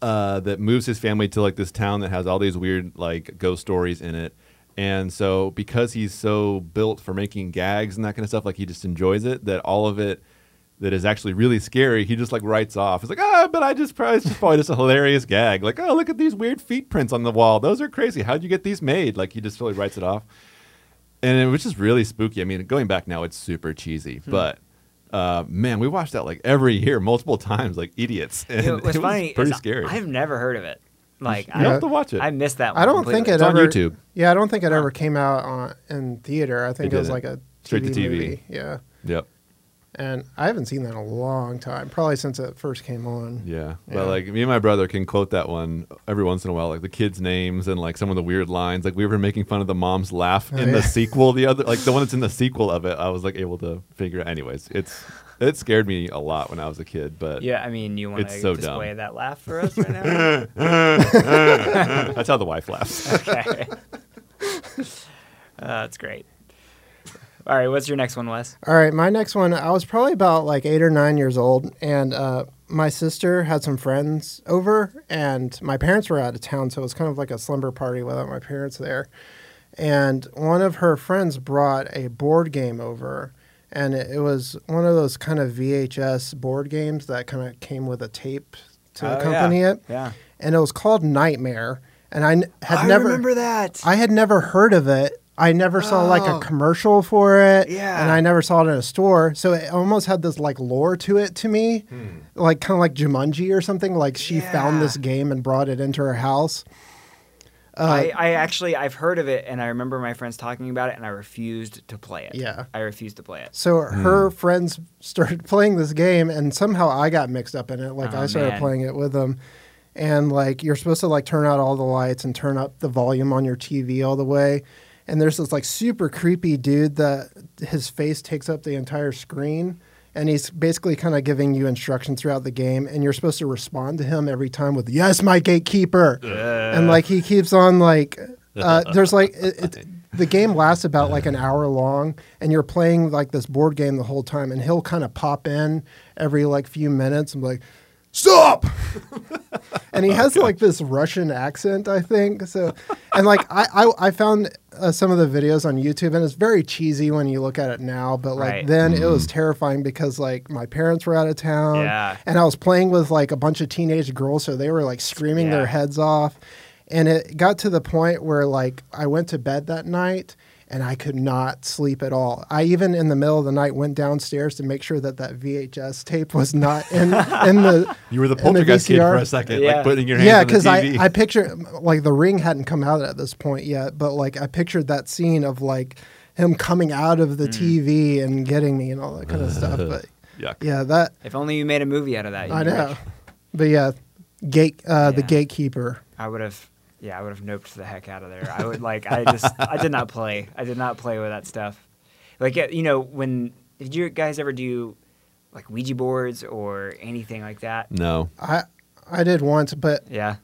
uh, that moves his family to like this town that has all these weird like ghost stories in it. And so because he's so built for making gags and that kind of stuff, like he just enjoys it. That all of it that is actually really scary, he just like writes off. It's like ah, but I just probably it's just probably just a hilarious gag. Like oh, look at these weird feet prints on the wall. Those are crazy. How'd you get these made? Like he just really writes it off and it was just really spooky. I mean, going back now, it's super cheesy,
Hmm.
but uh, man, we watched that like every year, multiple times, like idiots. And
You know, what's
it was
funny
pretty
is
scary.
I've never heard of it. Like
you
Yeah.
have to watch it.
I, I missed that. One
I don't
completely.
think it
It's on
ever.
YouTube.
Yeah, I don't think it ever came out on, in theater. I think
It
it, was
didn't.
like a
Straight to
TV
TV.
movie. Yeah,
yep.
and I haven't seen that in a long time. Probably since it first came on.
Yeah.
Yeah.
But like me and my brother can quote that one every once in a while, like the kids' names and like some of the weird lines. Like we were making fun of the mom's laugh
Oh,
in the
yeah.
sequel, the other like the one that's in the sequel of it. I was like able to figure. Anyways, it's it scared me a lot when I was a kid, but
Yeah, I mean, you want to
It's so dumb.
display that laugh for us right now?
that's how the wife laughs.
okay. Uh, that's great. All right, what's your next one, Wes?
All right, my next one. I was probably about like eight or nine years old, and uh, my sister had some friends over, and my parents were out of town, so it was kind of like a slumber party without my parents there. And one of her friends brought a board game over, and it, it was one of those kind of VHS board games that kind of came with a tape to
Oh,
accompany
yeah.
it.
Yeah.
And it was called Nightmare, and I n- had never
that.
I had never heard of it. I never saw like a commercial for it.
Oh. Yeah.
And I never saw it in a store. So it almost had this like lore to it to me. Like kind of like Jumanji or something. Like she found
Hmm. Yeah.
this game and brought it into her house. Uh,
I, I actually I've heard of it, and I remember my friends talking about it, and I refused to play it.
Yeah.
I refused to play it.
So her friends started playing this game and somehow I got mixed up in it. Like
Oh,
I started
man.
playing it with them. And like you're supposed to like turn out all the lights and turn up the volume on your TV all the way. And there's this like super creepy dude that his face takes up the entire screen. And he's basically kind of giving you instructions throughout the game, and you're supposed to respond to him every time with "Yes, my gatekeeper," and like he keeps on like uh, there's like it, it, the game lasts about like an hour long, and you're playing like this board game the whole time, and he'll kind of pop in every like few minutes and be like, "Stop!" and he has like this Russian accent, I think. So, and like I, I, I found uh, some of the videos on YouTube, and it's very cheesy when you look at it now. But like
Right. Mm.
then, it was terrifying because like my parents were out of town,
Yeah.
and I was playing with like a bunch of teenage girls, so they were like screaming
Yeah.
their heads off, and it got to the point where like I went to bed that night. And I could not sleep at all. I even in the middle of the night went downstairs to make sure that that VHS tape was not in, in the
You were the
And the
poltergeist kid
VCR.
for a second,
Yeah.
like putting your hands
yeah,
on the
because I,
TV.
I picture like the ring hadn't come out at this point yet, but like I pictured that scene of like him coming out of the
Mm.
TV and getting me and all that kind of stuff. But
Yuck.
yeah, that
If only you made a movie out of that.
I
you'd be
know.
rich.
But yeah, gate uh, the
Yeah.
gatekeeper.
I would have. Yeah, I would have noped the heck out of there. I would like. I just. I did not play. I did not play with that stuff. Like yeah, you know, when did you guys ever do like Ouija boards or anything like that?
No.
I I did once, but
Yeah.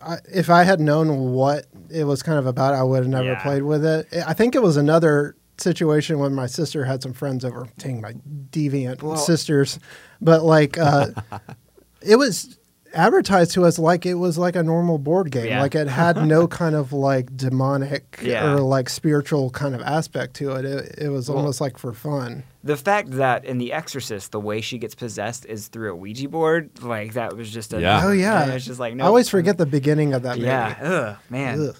I, if I had known what it was kind of about, I would have never
Yeah.
played with it. I think it was another situation when my sister had some friends over, dang, my deviant
Well-
sisters, but like uh, it was advertised to us like it was like a normal board game,
Yeah.
like it had no kind of like demonic
Yeah.
or like spiritual kind of aspect to it. It, it was almost like for fun.
The fact that in The Exorcist, the way she gets possessed is through a Ouija board, like that was just a
Yeah.
Oh yeah,
it's just like no.
I always forget the beginning of that. Movie.
Yeah, ugh, man.
Ugh.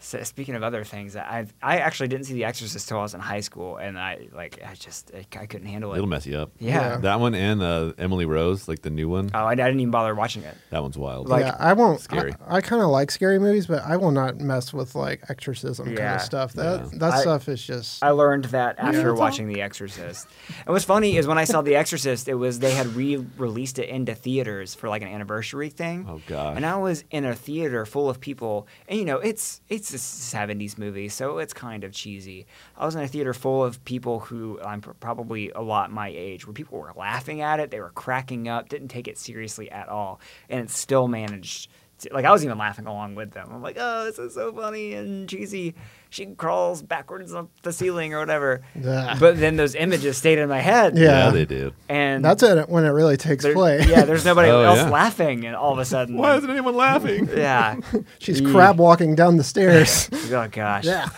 So speaking of other things, I I actually didn't see The Exorcist till I was in high school, and I like I just I, I couldn't handle it.
It'll mess you up.
Yeah.
Yeah.
That one and uh, Emily Rose, like the new one.
Oh, I, I didn't even bother watching it.
That one's wild.
Like-
yeah, I won't.
Scary.
I, I kind of like scary movies, but I will not mess with like exorcism kind
Yeah.
of stuff. That
Yeah.
that
I-
stuff is just.
I learned that after
it's
watching The Exorcist. And what's funny is when I saw The Exorcist, it was they had re-released it into theaters for like an anniversary thing.
Oh, gosh.
And I was in a theater full of people, and you know it's it's a '70s movie, so it's kind of cheesy. I was in a theater full of people who I'm pr- probably a lot my age, where people were laughing at it, they were cracking up, didn't take it seriously at all, and it still managed like I was even laughing along with them. I'm like, oh, this is so funny and cheesy. She crawls backwards up the ceiling or whatever.
Yeah.
But then those images stayed in my head.
yeah.
Yeah.
they do.
And
that's it when it really takes
there-
play.
Yeah, there's nobody
Oh,
else
yeah.
laughing, and all of a sudden,
Why isn't anyone laughing?
yeah.
She's crab walking down the stairs.
Oh gosh.
yeah.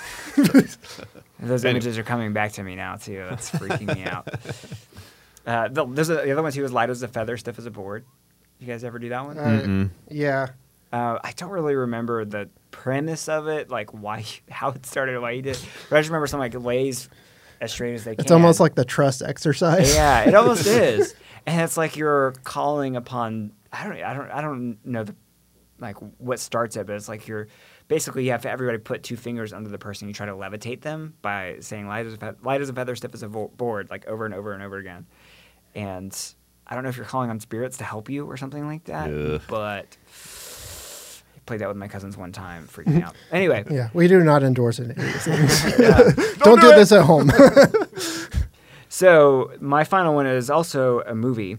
Those images are coming back to me now too. That's freaking me out. Uh, the, there's a, the other one too is light as a feather, stiff as a board. You guys ever do that one?
Uh, yeah.
Uh, I don't really remember the premise of it, like why, how it started, why he did. it. But I just remember someone like lays as straight as they can.
It's almost like the trust exercise.
yeah, it almost is, and it's like you're calling upon. I don't, I don't, I don't know the like what starts it, but it's like you're basically you have everybody put two fingers under the person. You try to levitate them by saying light as a fe- light as a feather, stiff as a vo- board, like over and over and over again. And I don't know if you're calling on spirits to help you or something like that,
Ugh.
but. I Played that with my cousins one time, freaking me out. Anyway,
Yeah, we do not endorse any of these things.
yeah.
Don't, do this at home.
So my final one is also a movie,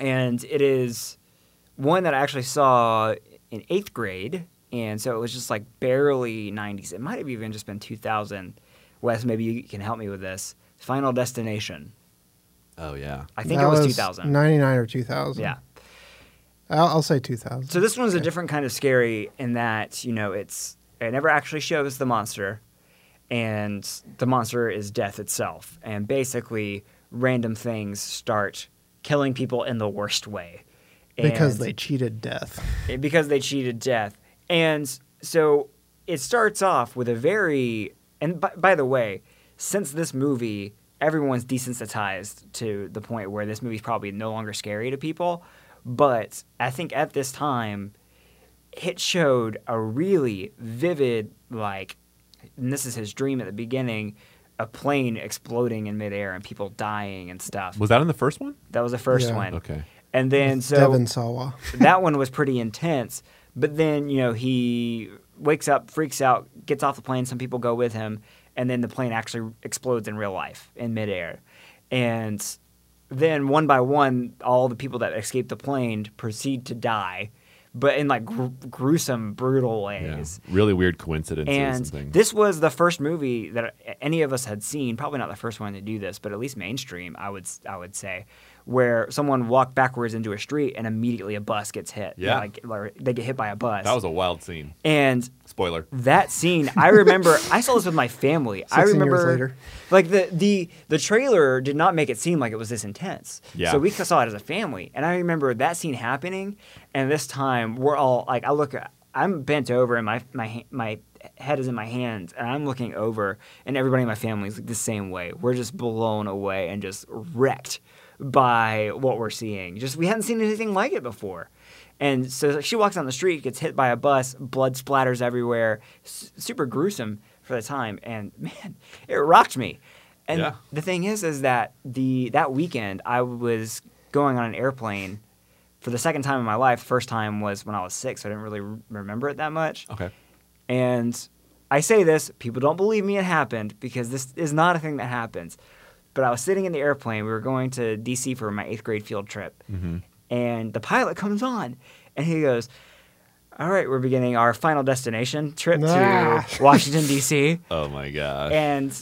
and it is one that I actually saw in eighth grade, and so it was just like barely '90s. It might have even just been 2000. Wes, maybe you can help me with this. Final Destination.
Oh, yeah.
I think
That
it was, 2000.
99 or 2000.
yeah.
I'll, I'll say 2000.
So this one's a different kind of scary in that you know it's it never actually shows the monster, and the monster is death itself, and basically random things start killing people in the worst way
because
And-
they cheated death.
eh, because they cheated death. And so it starts off with a very and by, by the way, since this movie, everyone's desensitized to the point where this movie's probably no longer scary to people. But I think at this time, it showed a really vivid like, and this is his dream at the beginning, a plane exploding in midair and people dying and stuff.
Was that in the first one?
That was the first
Yeah.
one.
Okay.
And then so
Devin Sawa.
that one was pretty intense. But then, you know, he wakes up, freaks out, gets off the plane. Some people go with him, and then the plane actually explodes in real life in midair. And then, one by one, all the people that escape the plane proceed to die, but in like gr- gruesome, brutal
Yeah.
ways.
Really weird coincidences and,
And
things.
this was the first movie that any of us had seen, probably not the first one to do this, but at least mainstream, I would I would say, where someone walked backwards into a street and immediately a bus gets hit. You know,
Yeah.
like, or they get hit by a bus.
that was a wild scene.
and
Spoiler.
that scene, I remember. I saw this with my family. I
16 years
remember,
later.
like the the the trailer did not make it seem like it was this intense.
Yeah.
So we saw it as a family, and I remember that scene happening. And this time, we're all like, I look, I'm bent over, and my my ha- my head is in my hands, and I'm looking over, and everybody in my family is like the same way. We're just blown away and just wrecked by what we're seeing. Just we hadn't seen anything like it before. And so she walks down the street, gets hit by a bus, blood splatters everywhere, S- super gruesome for the time. And man, it rocked me. And
Yeah.
the thing is, is that the that weekend I was going on an airplane for the second time in my life. First time was when I was six, so I didn't really re- remember it that much.
Okay.
And I say this, people don't believe me it happened because this is not a thing that happens. But I was sitting in the airplane. We were going to DC for my eighth grade field trip. And the pilot comes on and he goes, All right, we're beginning our final destination trip
Nah.
to Washington, D.C.
Oh, my gosh.
And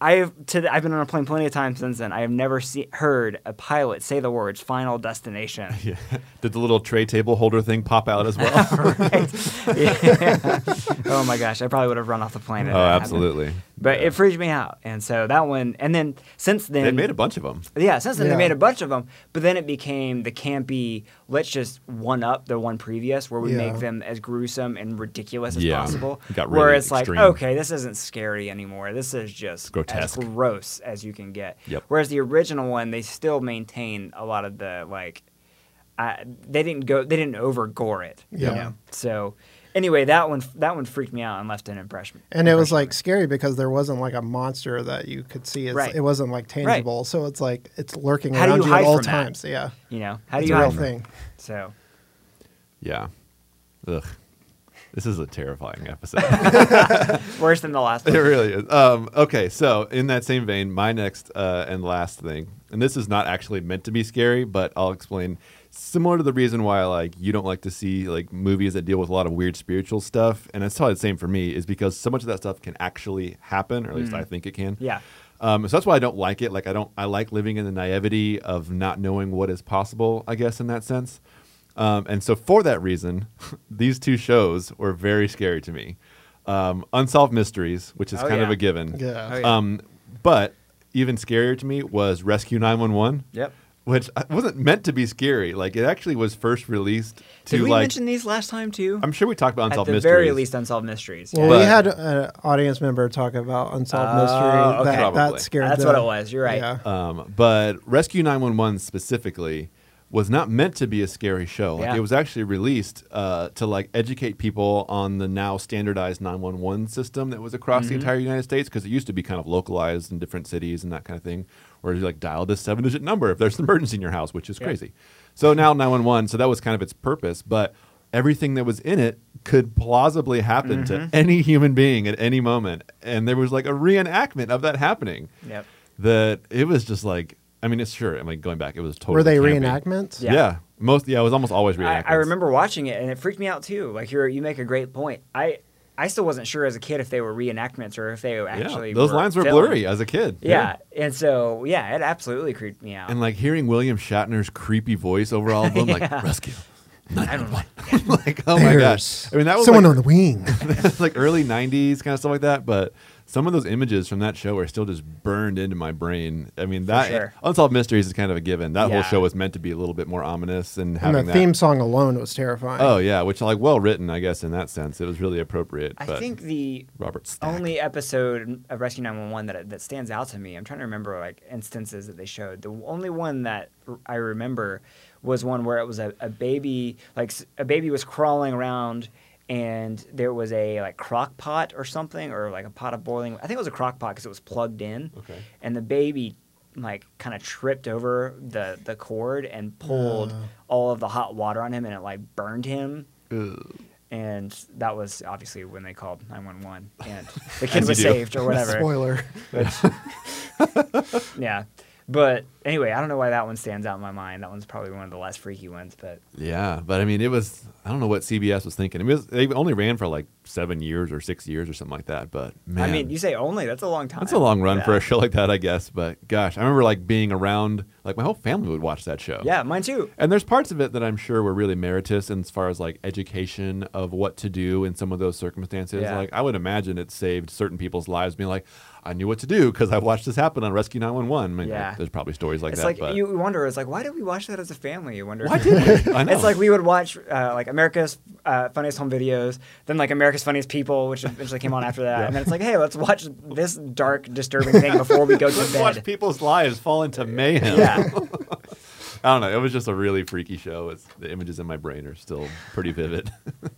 I've to the- I've been on a plane plenty of times since then. I have never see, heard a pilot say the words "final destination."
yeah. Did the little tray table holder thing pop out as well?
Right? Yeah. Oh my gosh, I probably would have run off the plane. if
oh,
that happened.
absolutely.
But it freaked me out, and so that one. And then since then,
They made a bunch of them.
yeah, since then
Yeah.
they made a bunch of them, but then it became the campy. Let's just one up the one previous, where we
Yeah.
make them as gruesome and ridiculous as
Yeah.
possible.
It got
where
really
it's
extreme.
like, okay, this isn't scary anymore. This is just
grotesque.
as gross as you can get.
Yep.
Whereas the original one, they still maintain a lot of the like. I, they didn't go. They didn't over gore it. you
Yeah.
know? So, anyway, that one that one freaked me out and left an impression.
And it was
impression on me.
like scary because there wasn't like a monster that you could see. It's,
Right.
It wasn't like tangible, so it's like it's lurking
How do
around
you
you, at
hide
all
from that?
times. Yeah,
you know, how do
it's
you
a real
hide-
thing.
So.
Yeah. Ugh. This is a terrifying episode.
Worse than the last
it
one.
really is. Um, okay, so in that same vein, my next uh, and last thing, and this is not actually meant to be scary, but I'll explain. Similar to the reason why like you don't like to see like movies that deal with a lot of weird spiritual stuff, and it's probably the same for me, is because so much of that stuff can actually happen, or at least I think it can.
Mm. Yeah.
Um, so that's why I don't like it. Like I don't. I like living in the naivety of not knowing what is possible. I guess in that sense. Um, and so for that reason, these two shows were very scary to me. Um, Unsolved Mysteries, which is
Oh,
kind of
yeah.
a given.
Yeah.
Oh, yeah.
Um, but even scarier to me was Rescue 911.
Yep.
Which I- wasn't meant to be scary. Like it actually was first released to
Did we
like.
mention these last time too?
I'm sure we talked about
At
Unsolved
the
Mysteries.
very least, unsolved mysteries.
Well,
yeah.
But-
we had an audience member talk about unsolved
Oh,
mystery.
okay.
That,
Probably.
that scared.
That's
them.
what it was. You're right. Oh,
Yeah.
Um, but Rescue 911 specifically was not meant to be a scary show. Like
Yeah.
it was actually released uh, to like educate people on the now standardized 911 system that was across
Mm-hmm.
the entire United States because it used to be kind of localized in different cities and that kind of thing, where you like dial this seven digit number if there's an emergency in your house, which is
Yeah.
crazy. So now 911. So that was kind of its purpose, but everything that was in it could plausibly happen
Mm-hmm.
to any human being at any moment, and there was like a reenactment of that happening
Yep.
that it was just like I mean it's sure I mean going back it was totally
Were they
campy.
reenactments?
Yeah.
Yeah.
most yeah it was almost always
I,
reenactments.
I remember watching it and it freaked me out too. Like you're, you make a great point. I, I still wasn't sure as a kid if they were reenactments or if they
yeah
actually.
those lines were
filmed.
blurry as a kid
Yeah. and so yeah, it absolutely creeped me out.
and like hearing William Shatner's creepy voice over all of them like rescue
I don't know.
like oh my gosh I mean that was
someone
like,
on the wing.
like early 90s kind of stuff like that but some of those images from that show are still just burned into my brain I mean that
sure.
Unsolved Mysteries is kind of a given that whole
Yeah.
show was meant to be a little bit more ominous and
and
having that
the theme song alone was terrifying.
oh yeah which like well written I guess in that sense it was really appropriate
I
but
think the
Robert Stack.
only episode of Rescue 911 that that stands out to me. I'm trying to remember like instances that they showed. The only one that r- I remember was one where it was a, a baby like s- a baby was crawling around and there was a like crock pot or something or like a pot of boiling I think it was a crock pot cuz it was plugged in.
Okay.
And the baby like kind of tripped over the the cord and pulled
Oh.
all of the hot water on him and it like burned him and that was obviously when they called 911 and the kid
As
was
you do.
saved or whatever
Spoiler.
yeah but anyway i don't know why that one stands out in my mind that one's probably one of the less freaky ones but
Yeah, but I mean, it was I don't know what CBS was thinking. I mean, it was, they only ran for like seven years or six years or something like that. But man,
i mean you say only that's a long time
that's a long run
yeah.
for a show like that, I guess. But gosh, I remember like being around, like my whole family would watch that show.
yeah mine too
And there's parts of it that I'm sure were really meritorious in as far as like education of what to do in some of those circumstances.
Yeah.
Like I would imagine it saved certain people's lives being like, I knew what to do because I watched this happen on Rescue 911. I mean,
Yeah.
there's probably stories like
it's
that.
like
but
you wonder it's like why did we watch that as a family you wonder
why did we? I know.
It's like we would watch uh, like America's uh, Funniest Home Videos, then like America's Funniest People, which eventually came on after that, and then it's like, hey, let's watch this dark, disturbing thing before we go to
Let's
bed.
watch people's lives fall into mayhem.
Uh, yeah,
I don't know. It was just a really freaky show. It's the images in my brain are still pretty vivid.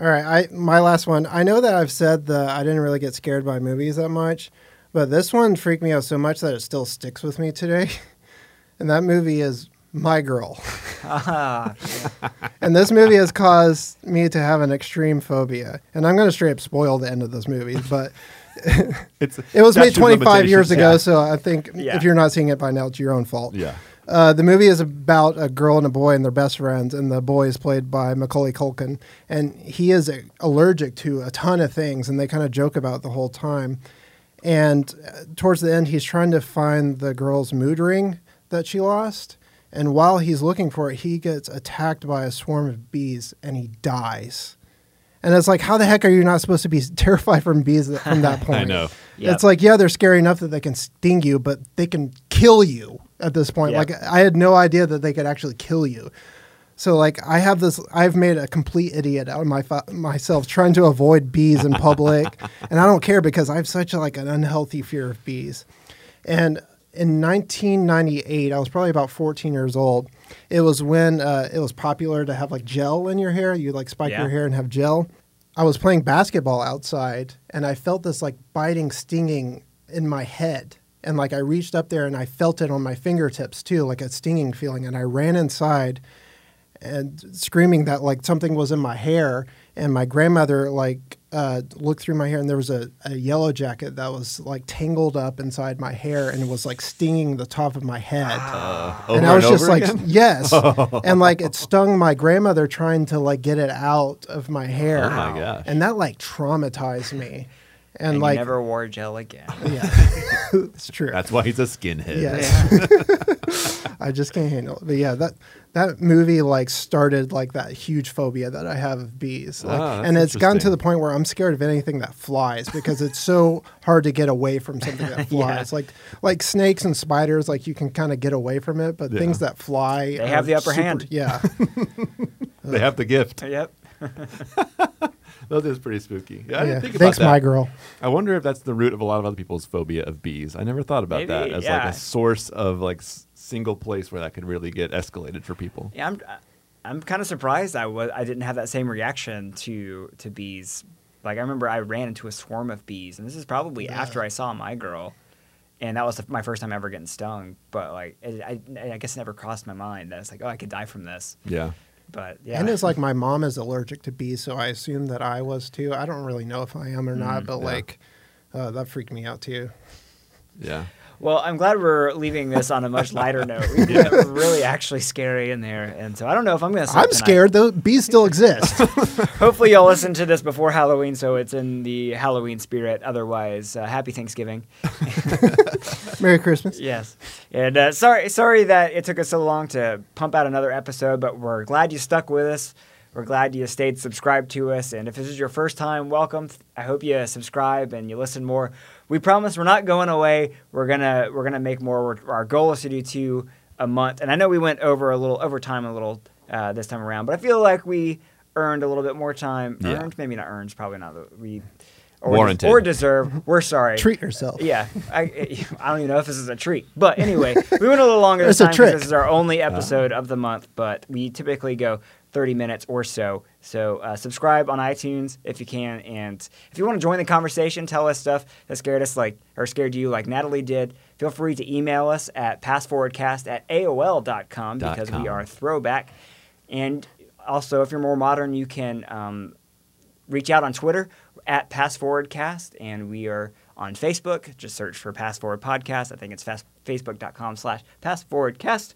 All right, I my last one. I know that I've said that I didn't really get scared by movies that much, but this one freaked me out so much that it still sticks with me today. and that movie is My Girl. and this movie has caused me to have an extreme phobia. And I'm going to straight up spoil the end of this movie, but
it's
it was made
statute of
25 years
limitations.
ago, so I think
Yeah.
if you're not seeing it by now, it's your own fault.
Yeah.
Uh, the movie is about a girl and a boy and their best friends, and the boy is played by Macaulay Culkin, and he is a- allergic to a ton of things, and they kind of joke about it the whole time. And uh, towards the end, he's trying to find the girl's mood ring that she lost, and while he's looking for it, he gets attacked by a swarm of bees, and he dies. And it's like, how the heck are you not supposed to be terrified from bees th- from that point?
I know.
Yep.
It's like, yeah, they're scary enough that they can sting you, but they can kill you at this point.
Yeah.
Like, I had no idea that they could actually kill you. So, like, I have this, I've made a complete idiot out of my, myself trying to avoid bees in public. and I don't care because I have such, like, an unhealthy fear of bees. And in 1998, I was probably about 14 years old. It was when uh, it was popular to have like gel in your hair. You like spike
Yeah.
your hair and have gel. I was playing basketball outside and I felt this like biting, stinging in my head. And like I reached up there and I felt it on my fingertips too, like a stinging feeling. And I ran inside and screaming that like something was in my hair and my grandmother like uh, looked through my hair and there was a, a yellow jacket that was like tangled up inside my hair and was like stinging the top of my head
Over
and i was
Uh, over
just like
again?
yes and like it stung my grandmother trying to like get it out of my hair
Oh my gosh.
and that like traumatized me and,
And
like
you never wore gel again.
yeah it's true
that's why he's a skinhead.
Yes. I just can't handle it. But yeah, that that movie like started like that huge phobia that I have of bees. Like,
Ah, that's
and it's gotten to
interesting.
the point where I'm scared of anything that flies because it's so hard to get away from something that flies. Like like snakes and spiders, like you can kind of get away from it, but
Yeah.
things that fly
They have
are
the upper
super-
hand.
Yeah.
They have the gift.
yep.
That is pretty spooky. Yeah, I
yeah.
didn't think
Thanks,
about that.
my girl.
I wonder if that's the root of a lot of other people's phobia of bees. I never thought about
Maybe,
that as like
yeah.
a source of like s- single place where that could really get escalated for people.
Yeah, I'm I'm kind of surprised I was I didn't have that same reaction to to bees. Like I remember I ran into a swarm of bees, and this is probably
Yeah.
after I saw my girl, and that was the, my first time ever getting stung. But like it, I I guess it never crossed my mind that it's like oh I could die from this.
Yeah.
But yeah,
And it's like my mom is allergic to bees, so I assume that I was too. I don't really know if I am or not, but
Mm, yeah.
like uh, that freaked me out too.
Yeah.
well I'm glad we're leaving this on a much lighter note. We did get really actually scary in there, and so I don't know if I'm gonna. sleep
I'm
tonight.
scared. Those bees still exist.
Hopefully you'll listen to this before Halloween, so it's in the Halloween spirit. Otherwise, uh, happy Thanksgiving.
Merry Christmas.
Yes, and uh, sorry, sorry that it took us so long to pump out another episode, but we're glad you stuck with us. We're glad you stayed subscribed to us, and if this is your first time, welcome. I hope you subscribe and you listen more. We promise we're not going away. We're gonna we're gonna make more. We're, our goal is to do two a month, and I know we went over a little over time a little uh, this time around, but I feel like we earned a little bit more time.
Yeah.
Earned, maybe not earned, probably not. but We or
Warranted.
or deserve. We're sorry.
Treat yourself.
Yeah, I, I don't even know if this is a treat, but anyway, we went a little longer this
It's a
time because
trick. Uh-huh.
this is our only episode of the month. But we typically go 30 minutes or so. So uh, subscribe on iTunes if you can, and if you want to join the conversation, tell us stuff that scared us, like or scared you, like Natalie did. Feel free to email us at passforwardcast at aol.com
Dot
because
com.
we are throwback. And also, if you're more modern, you can um, reach out on Twitter at PassForwardCast, and we are on Facebook. Just search for Pass Forward Podcast. I think it's fast, facebook.com slash PassForwardCast.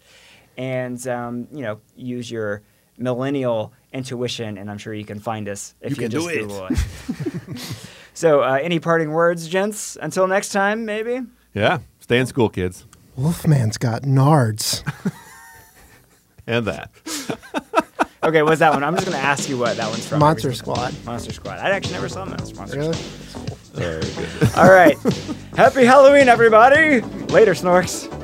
And, um, you know, use your millennial intuition, and I'm sure you can find us if
You
you,
can
just
do it.
Google it. so, uh, any parting words, gents? Until next time, maybe?
Yeah. Stay in school, kids.
Wolfman's got nards.
And that.
Okay, what's that one? I'm just going to ask you what that one's from. every
Monster
single
Squad.
time. Monster Squad. I actually never saw Monster Squad.
Really?
Very good.
All right. Happy Halloween, everybody. Later, Snorks.